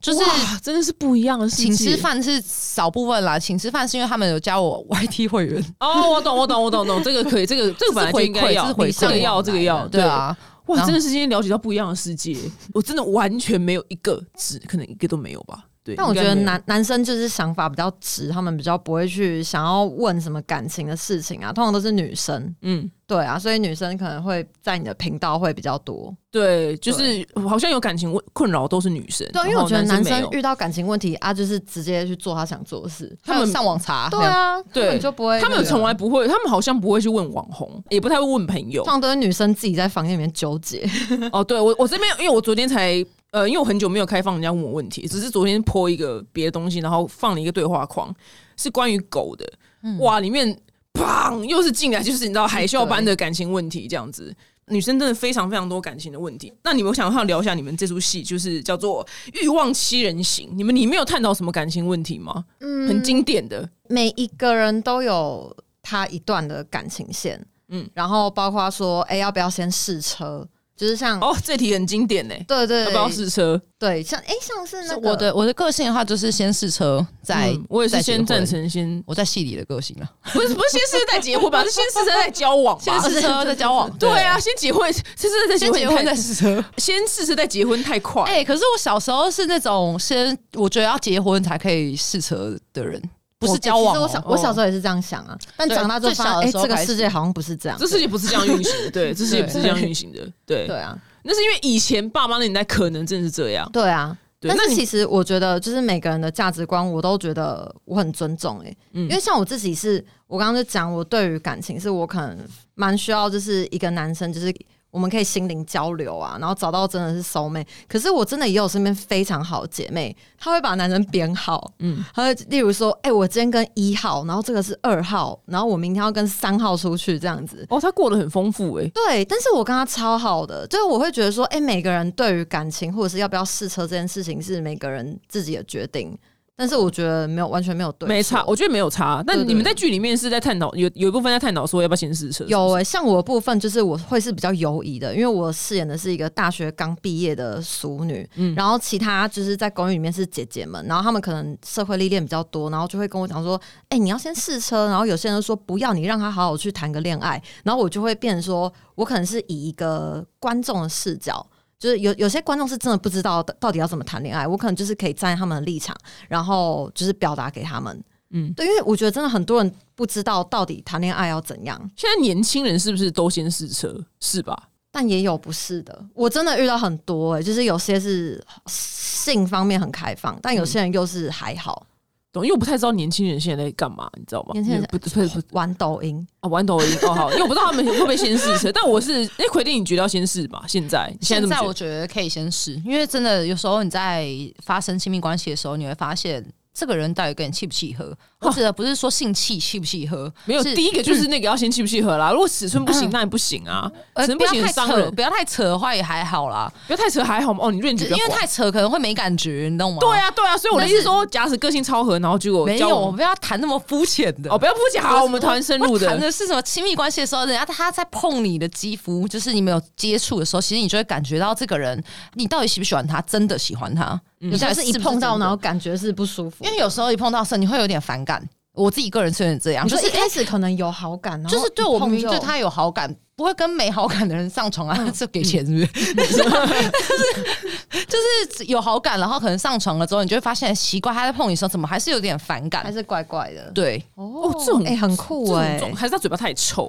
S1: 就是
S3: 哇真的是不一样的世界
S1: 请吃饭是少部分啦，请吃饭是因为他们有加我 YT 会员，
S3: 哦，我懂，我懂，我懂，懂这个可以，这 个这个本来就应该
S1: 这
S3: 要
S1: 是，
S2: 啊
S1: 回馈
S3: 这个要，这个要，
S1: 对。啊，
S3: 哇，
S1: 然后
S3: 真的是今天了解到不一样的世界，我真的完全没有一个只，可能一个都没有吧。对，
S2: 但我觉
S3: 应该
S2: 得
S3: 没有
S2: 男男生就是想法比较直，他们比较不会去想要问什么感情的事情啊，通常都是女生，
S3: 嗯。
S2: 对啊，所以女生可能会在你的频道会比较多，
S3: 对，就是好像有感情问困扰都是女生，
S2: 对，因为我觉得
S3: 然后
S2: 男
S3: 男没
S2: 生
S3: 有
S2: 遇到感情问题啊，就是直接去做他想做的事，
S1: 他
S3: 他
S1: 们
S3: 们
S1: 上网查，
S2: 对啊，
S3: 对
S2: 根本就不会那个，
S3: 他们从来不会，他们好像不会去问网红，也不太会问朋友
S2: 通。常都是女生自己在房间里面纠结，
S3: 哦，对我我这边，因为我昨天才呃，因为我很久没有开放人家问我问题，只是昨天泼一个别的东西，然后放了一个对话框，是关于狗的，
S1: 嗯
S3: 哇，里面砰又是进来，就是你知道海啸般的感情问题这样子。女生真的非常非常多感情的问题。那你们想要聊一下你们这出戏，就是叫做《欲望七人行》，你们里面有探讨什么感情问题吗？
S2: 嗯
S3: 很经典的，
S2: 每一个人都有他一段的感情线，
S3: 嗯
S2: 嗯，然后包括说，哎、要不要先试车？就是像，
S3: 哦，这题很经典呢、
S2: 对对
S3: 要不要试车？
S2: 对，像，哎、像是那
S1: 是
S2: 个
S1: 我的我的个性的话，就是先试车，再
S3: 嗯我也是
S1: 再结
S3: 先赞
S1: 婚
S3: 成先，
S1: 我在戏里的个性啊，
S3: 不是不是先试车再 结婚吧，是先试车再交往吧？
S1: 先试车再交 往，
S3: 对啊，，先结婚，试车再结哎
S1: 先
S3: 婚，
S1: 结婚再试车。
S3: 先试车再结婚太快。
S1: 哎、可是我小时候是那种先，我觉得要结婚才可以试车的人，不是交往哦、
S2: 其实我小我小时候也是这样想啊，但长大之后
S1: 对最
S2: 发
S1: 小
S2: 现，
S1: 的
S2: 哎，
S1: 时候
S2: 这个
S1: 开始
S2: 世界好像不是这样
S3: 这。世界不是这样运行 的，对，这世界不是这样运行的，对。
S2: 对啊，
S3: 那是因为以前爸妈那年代可能真的是这样，
S2: 对啊。
S3: 对
S2: 但
S3: 那
S2: 是
S3: 你
S2: 其实我觉得，就是每个人的价值观，我都觉得我很尊重哎、
S3: 嗯
S2: 因为像我自己是，我刚刚就讲，我对于感情是我可能蛮需要，就是一个男生，就是我们可以心灵交流啊，然后找到真的是 soul mate。可是我真的也有身边非常好的姐妹，她会把男生编号，
S3: 嗯
S2: 嗯，她会例如说，哎、我今天跟一号，然后这个是二号，然后我明天要跟三号出去这样子，
S3: 哦，他过得很丰富哎、
S2: 对，但是我跟他超好的，就是我会觉得说，哎、每个人对于感情或者是要不要试车这件事情是每个人自己的决定，但是我觉得没有完全没有对，
S3: 没差，。我觉得没有差。但
S2: 对对
S3: 你们在剧里面是在探讨，有有一部分在探讨说要不要先试车，是
S2: 有
S3: 不是
S2: 诶、像我的部分就是我会是比较犹疑的，因为我饰演的是一个大学刚毕业的俗女，
S3: 嗯
S2: 然后其他就是在公寓里面是姐姐们，然后她们可能社会历练比较多，然后就会跟我讲说，哎、你要先试车，然后有些人就说不要，你让她好好去谈个恋爱，然后我就会变成说我可能是以一个观众的视角。就是有有些观众是真的不知道到底要怎么谈恋爱，我可能就是可以站在他们的立场，然后就是表达给他们。
S3: 嗯
S2: 嗯，对，因为我觉得真的很多人不知道到底谈恋爱要怎样，
S3: 现在年轻人是不是都先试车？是吧？
S2: 但也有不是的，我真的遇到很多哎、就是有些是性方面很开放，但有些人又是还好、
S3: 懂？因为我不太知道年轻人现在在干嘛，你知道吗？
S2: 年轻人
S3: 因为不不不
S2: 玩抖音。
S3: 啊，玩抖音哦好，因为我不知道他们会不会先试 车，但我是哎，奎定你觉得要先试吧？现在你
S1: 现
S3: 在这么
S1: 在
S3: 觉
S1: 我
S3: 得？
S1: 觉得可以先试，因为真的有时候你在发生亲密关系的时候，你会发现这个人到底跟你契不契合。我指的不是说性气契不契合，
S3: 没有，
S1: 是嗯
S3: 第一个就是那个要先契不契合啦。如果尺寸不行，那也不行啊。尺
S1: 呃
S3: 寸
S1: 不要
S3: 行很
S1: 太
S3: 伤人
S1: 扯，，不要太扯的话也还好啦，
S3: 不要太扯还好嘛。哦，你认
S1: 就
S3: 知
S1: 因为太扯可能会没感觉，你懂吗？
S3: 对。啊对啊，所以我的意思
S1: 但是
S3: 说，假使个性超合，然后结果
S1: 没
S3: 交
S1: 有，
S3: 往
S1: 我们不要谈那么肤浅的
S3: 哦，。不要不讲，好，我们谈深入
S1: 我谈
S3: 的。
S1: 的是什么亲密关系的时候，人家他在碰你的肌肤，就是你们有接触的时候，其实你就会感觉到这个人，你到底喜不喜欢他，真的喜欢他，
S3: 嗯
S1: 你到
S2: 就
S1: 底不
S2: 是一碰到，
S1: 真的
S2: 然后感觉是不舒服
S1: 因。为有时候一碰到色，你会有点反感。我自己个人是有点这样，
S2: 你
S1: 就
S2: 说
S1: 是哎
S2: 一开始可能有好感，然后
S1: 就是对我
S2: 一碰
S1: 明明
S2: 就嗯
S1: 对他有好感，不会跟没好感的人上床啊，这、给钱是不是？ 就是就是有好感，然后可能上床了之后，你就会发现奇怪，他在碰你的时候怎么还是有点反
S2: 还
S1: 感？
S2: 是怪怪的。
S1: 对，
S2: 哦
S3: 这种
S2: 哎、很
S3: 这
S2: 酷
S3: 种
S2: 哎、
S3: 状还是他嘴巴太臭，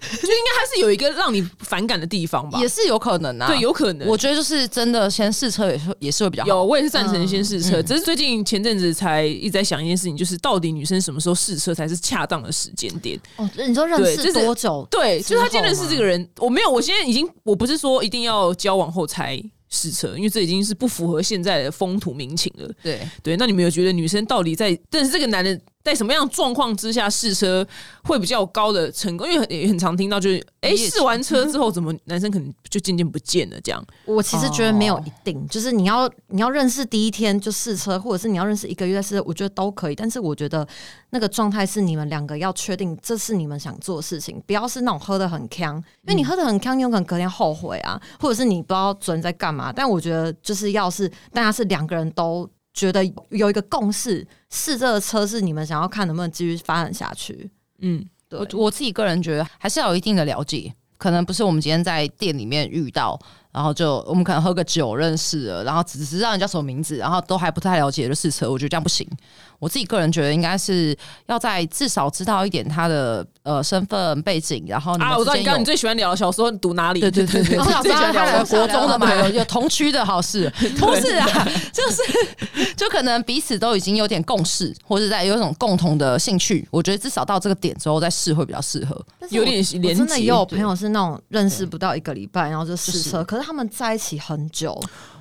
S3: 就应该还是有一个让你反感的地方吧
S1: 也？是有可能啊。
S3: 对，有可能。
S1: 我觉得就是真的先试车也是也是会比较好。
S3: 有，我也是赞成先
S1: 嗯
S3: 试车。只是最近前阵子才一直在想一件事情，就是到底女生什么时候试车才是恰当的时间点？
S2: 哦，你说认
S3: 对就
S2: 识
S3: 是
S2: 多久？
S3: 对，
S2: 之
S3: 就是他今天
S2: 后
S3: 认识
S2: 吗
S3: 这个人，我没有，我现在已经我不是说一定要交往后才试车，因为这已经是不符合现在的风土民情了。
S1: 对，
S3: 对，那你们有觉得女生到底在但是这个男人在什么样的状况之下试车会比较有高的成功？因为很也很常听到就是，哎、
S1: 一夜
S3: 试
S1: 情
S3: 完车之后怎么男生可能就渐渐不见了这样。
S2: 我其实觉得没有一定，就是你要你要认识第一天就试车，或者是你要认识一个月再试车，我觉得都可以。但是我觉得那个状态是你们两个要确定，这是你们想做的事情，不要是那种喝的很呛，因为你喝的很呛，你有可能隔天后悔啊，或者是你不知道昨天在干嘛。但我觉得就是要是大家是两个人都觉得有一个共识，试这个车是你们想要看能不能继续发展下去。
S3: 嗯，
S2: 对
S1: 我，我自己个人觉得还是要有一定的了解，可能不是我们今天在店里面遇到，然后就我们可能喝个酒认识了，然后只是让人叫什么名字，然后都还不太了解就试车，我觉得这样不行。我自己个人觉得应该是要在至少知道一点他的呃身份背景，然哦后你们
S3: 啊，我知道
S1: 之
S3: 你
S1: 间
S3: 刚刚
S1: 有
S3: 你最喜欢聊小时候读哪里？
S1: 对对对对，至少知道他的国中的嘛，
S3: 对
S1: 有有同区的好事，不是啊，就是就可能彼此都已经有点共识，或者在有一种共同的兴趣，我觉得至少到这个点之后再试会比较适合。
S2: 但是
S3: 有
S2: 我
S3: 点
S2: 我
S3: 连
S2: 真的
S3: 结
S2: 也有
S3: 对嗯
S2: 朋友是那种认识不到一个礼拜，然后就试
S1: 是
S2: 车，可是他们在一起很久，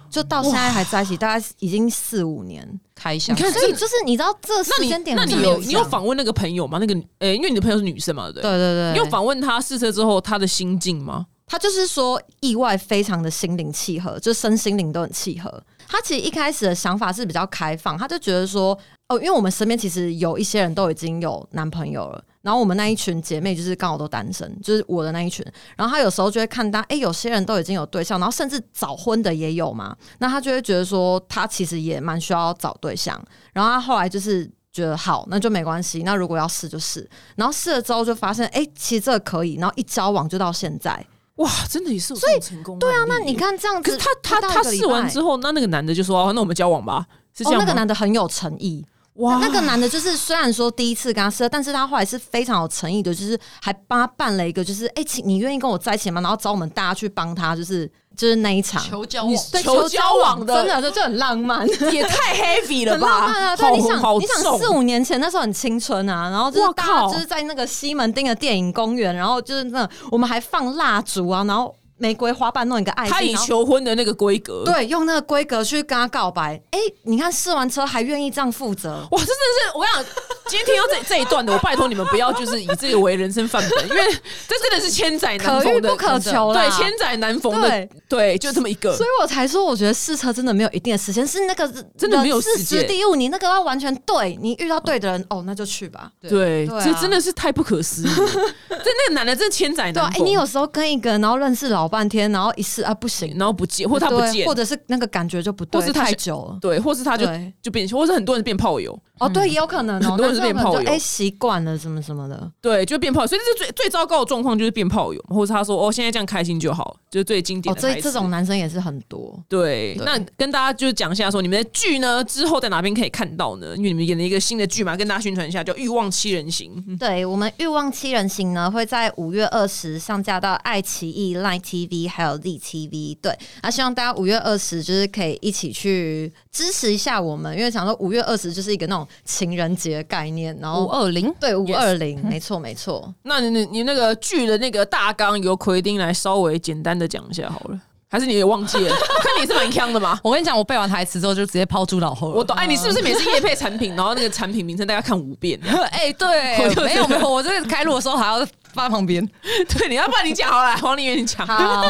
S2: 就到现在还在一起，大概已经四五年。
S1: 开箱，
S2: 所以就是你知道这
S3: 那
S2: 时
S3: 你
S2: 间点
S3: 那
S2: 上
S3: 你
S2: 面
S3: 有
S2: 讲，
S3: 你有访问那个朋友吗？那个呃、因为你的朋友是女生嘛，对不
S2: 对
S3: 对？
S2: 对对，
S3: 你有访问她试车之后她的心境吗？
S2: 他就是说意外非常的心灵契合，就身心灵都很契合。他其实一开始的想法是比较开放，他就觉得说，哦，因为我们身边其实有一些人都已经有男朋友了，然后我们那一群姐妹就是刚好都单身，就是我的那一群。然后他有时候就会看到，哎、有些人都已经有对象，然后甚至早婚的也有嘛，那他就会觉得说，他其实也蛮需要找对象。然后他后来就是。觉得好，那就没关系。那如果要试就试，然后试了之后就发现，哎、其实这个可以。然后一交往就到现在，
S3: 哇，真的也是有所以成功。对啊，
S2: 那你，看这样
S3: 可
S2: 子
S3: 是，他他
S2: 不到一
S3: 他
S2: 个礼
S3: 试完
S2: 拜
S3: 哦之后，那那个男的就说、啊那我们交往吧，是这
S2: 哦，
S3: 样
S2: 那
S3: 吗？
S2: 个男的很有诚意，
S3: 哇
S2: 那个男的就是虽然说第一次跟他吃，但是他后来是非常有诚意的，就是还帮他办了一个，就是哎、请你愿意跟我在一起吗？然后找我们大家去帮他，就是就是那一场。
S1: 求交往，
S2: 对
S3: 求交往的
S2: 真的这就很浪漫，
S3: 也太 heavy 了
S2: 很浪
S3: 吧？
S2: 漫啊！
S3: 好
S2: 对，你
S3: 红好
S2: 想，你想
S3: 重
S2: 四五年前那时候很青春啊，然后就
S3: 哇
S2: 是大家
S3: 靠
S2: 就是在那个西门町的电影公园，然后就是那我们还放蜡烛啊，然后玫瑰花瓣弄一个爱
S3: 他
S2: 心，
S3: 以
S2: 然后
S3: 求婚的那个规格，，
S2: 对用那个规格去跟他告白。哎，你看试完车还愿意这样负责，
S3: 哇，这真的是我跟你讲，今天听到这 这一段的，我拜托你们不要就是以这个为人生范本，因为这真的是千载难
S2: 可
S3: 逢
S2: 遇
S3: 的，
S2: 不可求啦。
S3: 对，千载难逢的
S2: 对，
S3: 对，就这么一个
S2: 所。以我才说，我觉得试车真的没有一定的时间，是那个
S3: 真的没有
S2: 事
S3: 时
S2: 时
S3: 间
S2: 地物，你那个要完全对，你遇到对的人，哦，那就去吧。
S3: 对，
S2: 对啊
S3: 这真的是太不可思议了。 这那个男的真的千载
S2: 对啊，
S3: 难
S2: 哎、
S3: 逢。
S2: 你有时候跟一个人，然后认识老半天，然后一试啊不行，
S3: 然后不见，或他不
S2: 对
S3: 见
S2: 或，者是那个感觉就不对，
S3: 或是他
S2: 太久了。
S3: 对，或是他就
S2: 对
S3: 就变，或是很多人变炮友，
S2: 哦，对，也有可能哦，
S3: 很多人是
S2: 那这
S3: 变
S2: 种可能
S3: 炮
S2: 就
S3: 友
S2: 哎，习惯了什么什么的，哦
S3: 对，就变炮友。所以这最最糟糕的状况就是变炮友，或者他说哦，现在这样开心就好，就是最经典
S2: 哦，
S3: 的台词、
S2: 这这种男生也是很多。
S3: 对，那跟大家就是讲一下说，你们的剧呢之后在哪边可以看到呢？因为你们演了一个新的剧嘛，跟大家宣传一下，叫《欲望七人行》嗯。
S2: 对我们《欲望七人行》呢，会在五月二十上架到爱奇艺、Line TV 还有 Z TV。对，那希望大家五月二十就是可以一起去支持一下我们，因为想说五月二十就是一个那种情人节的概念，然
S1: 五
S2: 后
S1: 二零，
S2: 对五二零，没错没 错。
S3: 那你你你那个剧的那个大纲由奎丁来稍微简单的讲一下好了，还是你也忘记了？ 我看你也是蛮强的嘛。
S1: 我跟你讲，我背完台词之后就直接抛诸脑后了。
S3: 我懂，哎，你是不是每次夜配产品，然后那个产品名称大家看五遍？
S1: 哎、对
S3: 我，就是
S1: 没有没有， 我这个开路的时候还要放旁 边。
S3: 对，你要不然你讲好了，黄丽媛你讲。
S2: 好，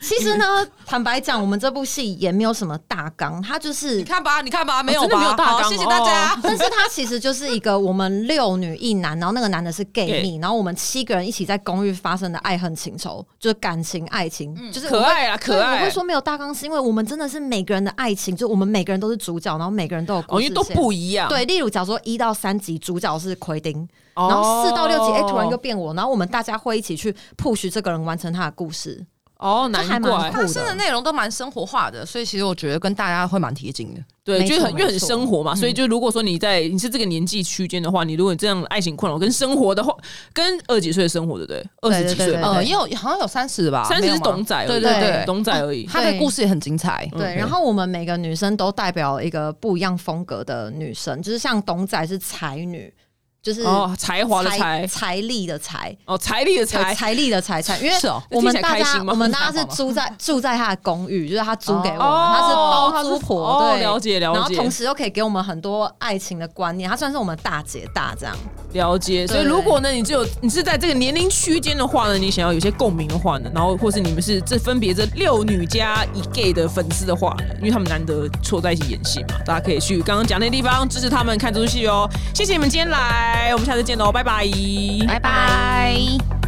S2: 其实呢，坦白讲，我们这部戏也没有什么大纲，它就是
S1: 你看吧，你看
S2: 哦
S1: 吧，没有
S3: 真的
S1: 吧？
S3: 没有大
S1: 好
S3: 纲
S1: 谢谢
S3: 哦
S1: 大家。
S2: 但是它其实就是一个我们六女一男，然后那个男的是 gay
S3: Gay
S2: 蜜，然后我们七个人一起在公寓发生的爱恨情仇，就是感情、爱情，就是
S3: 可
S2: 我会。
S3: 爱啊，
S2: 对
S3: 可爱。
S2: 我会说没有大纲，是因为我们真的是每个人的爱情，就我们每个人都是主角，然后每个人都有故
S3: 哦，
S2: 事
S3: 因
S2: 线
S3: 为都不一样。
S2: 对。例如，假如说一到三集主角是奎丁，
S3: 哦，
S2: 然后四到六集，哎、突然又变我，然后我们大家会一起去 push 这个人完成他的故事。
S3: 哦，
S2: 这还
S3: 难怪
S2: 蛮酷。
S1: 他生的内容都蛮生活化的，所以其实我觉得跟大家会蛮贴近的。
S3: 对，
S2: 没
S3: 就是
S2: 错
S3: 很因为很
S2: 没错嗯
S3: 生活嘛，所以就如果说你在你是这个年纪区间的话，你如果你这样爱情困扰跟生活的话，跟二十几岁的生活对不对？二十几岁
S2: 对对
S3: 吧，
S1: 呃，也有好像有三十吧，
S3: 三
S1: 没
S3: 十
S1: 有
S3: 是
S1: 吗
S3: 董仔而已，
S1: 对对
S2: 对啊
S3: 董仔而已。
S1: 他的故事也很精彩。
S2: 对，然后我们每个女生都代表一个不一样风格的女生，就是像董仔是才女，就是
S3: 哦，才华的才
S2: 财，财力的财。
S3: 哦，财力的
S2: 对
S3: 财，
S2: 财力的财产，因为
S1: 是哦
S2: 我们
S3: 听
S2: 大
S3: 起来开
S2: 家
S3: 心吗
S2: 我们大家是住在住在他的公寓，就是他租给我们，
S3: 哦
S2: 他是包租
S3: 哦
S2: 婆，
S3: 他是
S2: 对，
S3: 哦了解了解
S2: 然后同时又可以给我们很多爱情的观念，他算是我们大姐大这样。
S3: 了解。所以如果呢，你只有你是在这个年龄区间的话呢，你想要有些共鸣的话呢，然后或是你们是这分别这六女加一 gay 的粉丝的话呢，因为他们难得凑在一起演戏嘛，大家可以去刚刚讲那地方支持他们看这出戏哦。谢谢你们今天来，我们下次见喽，拜拜。
S1: 拜拜。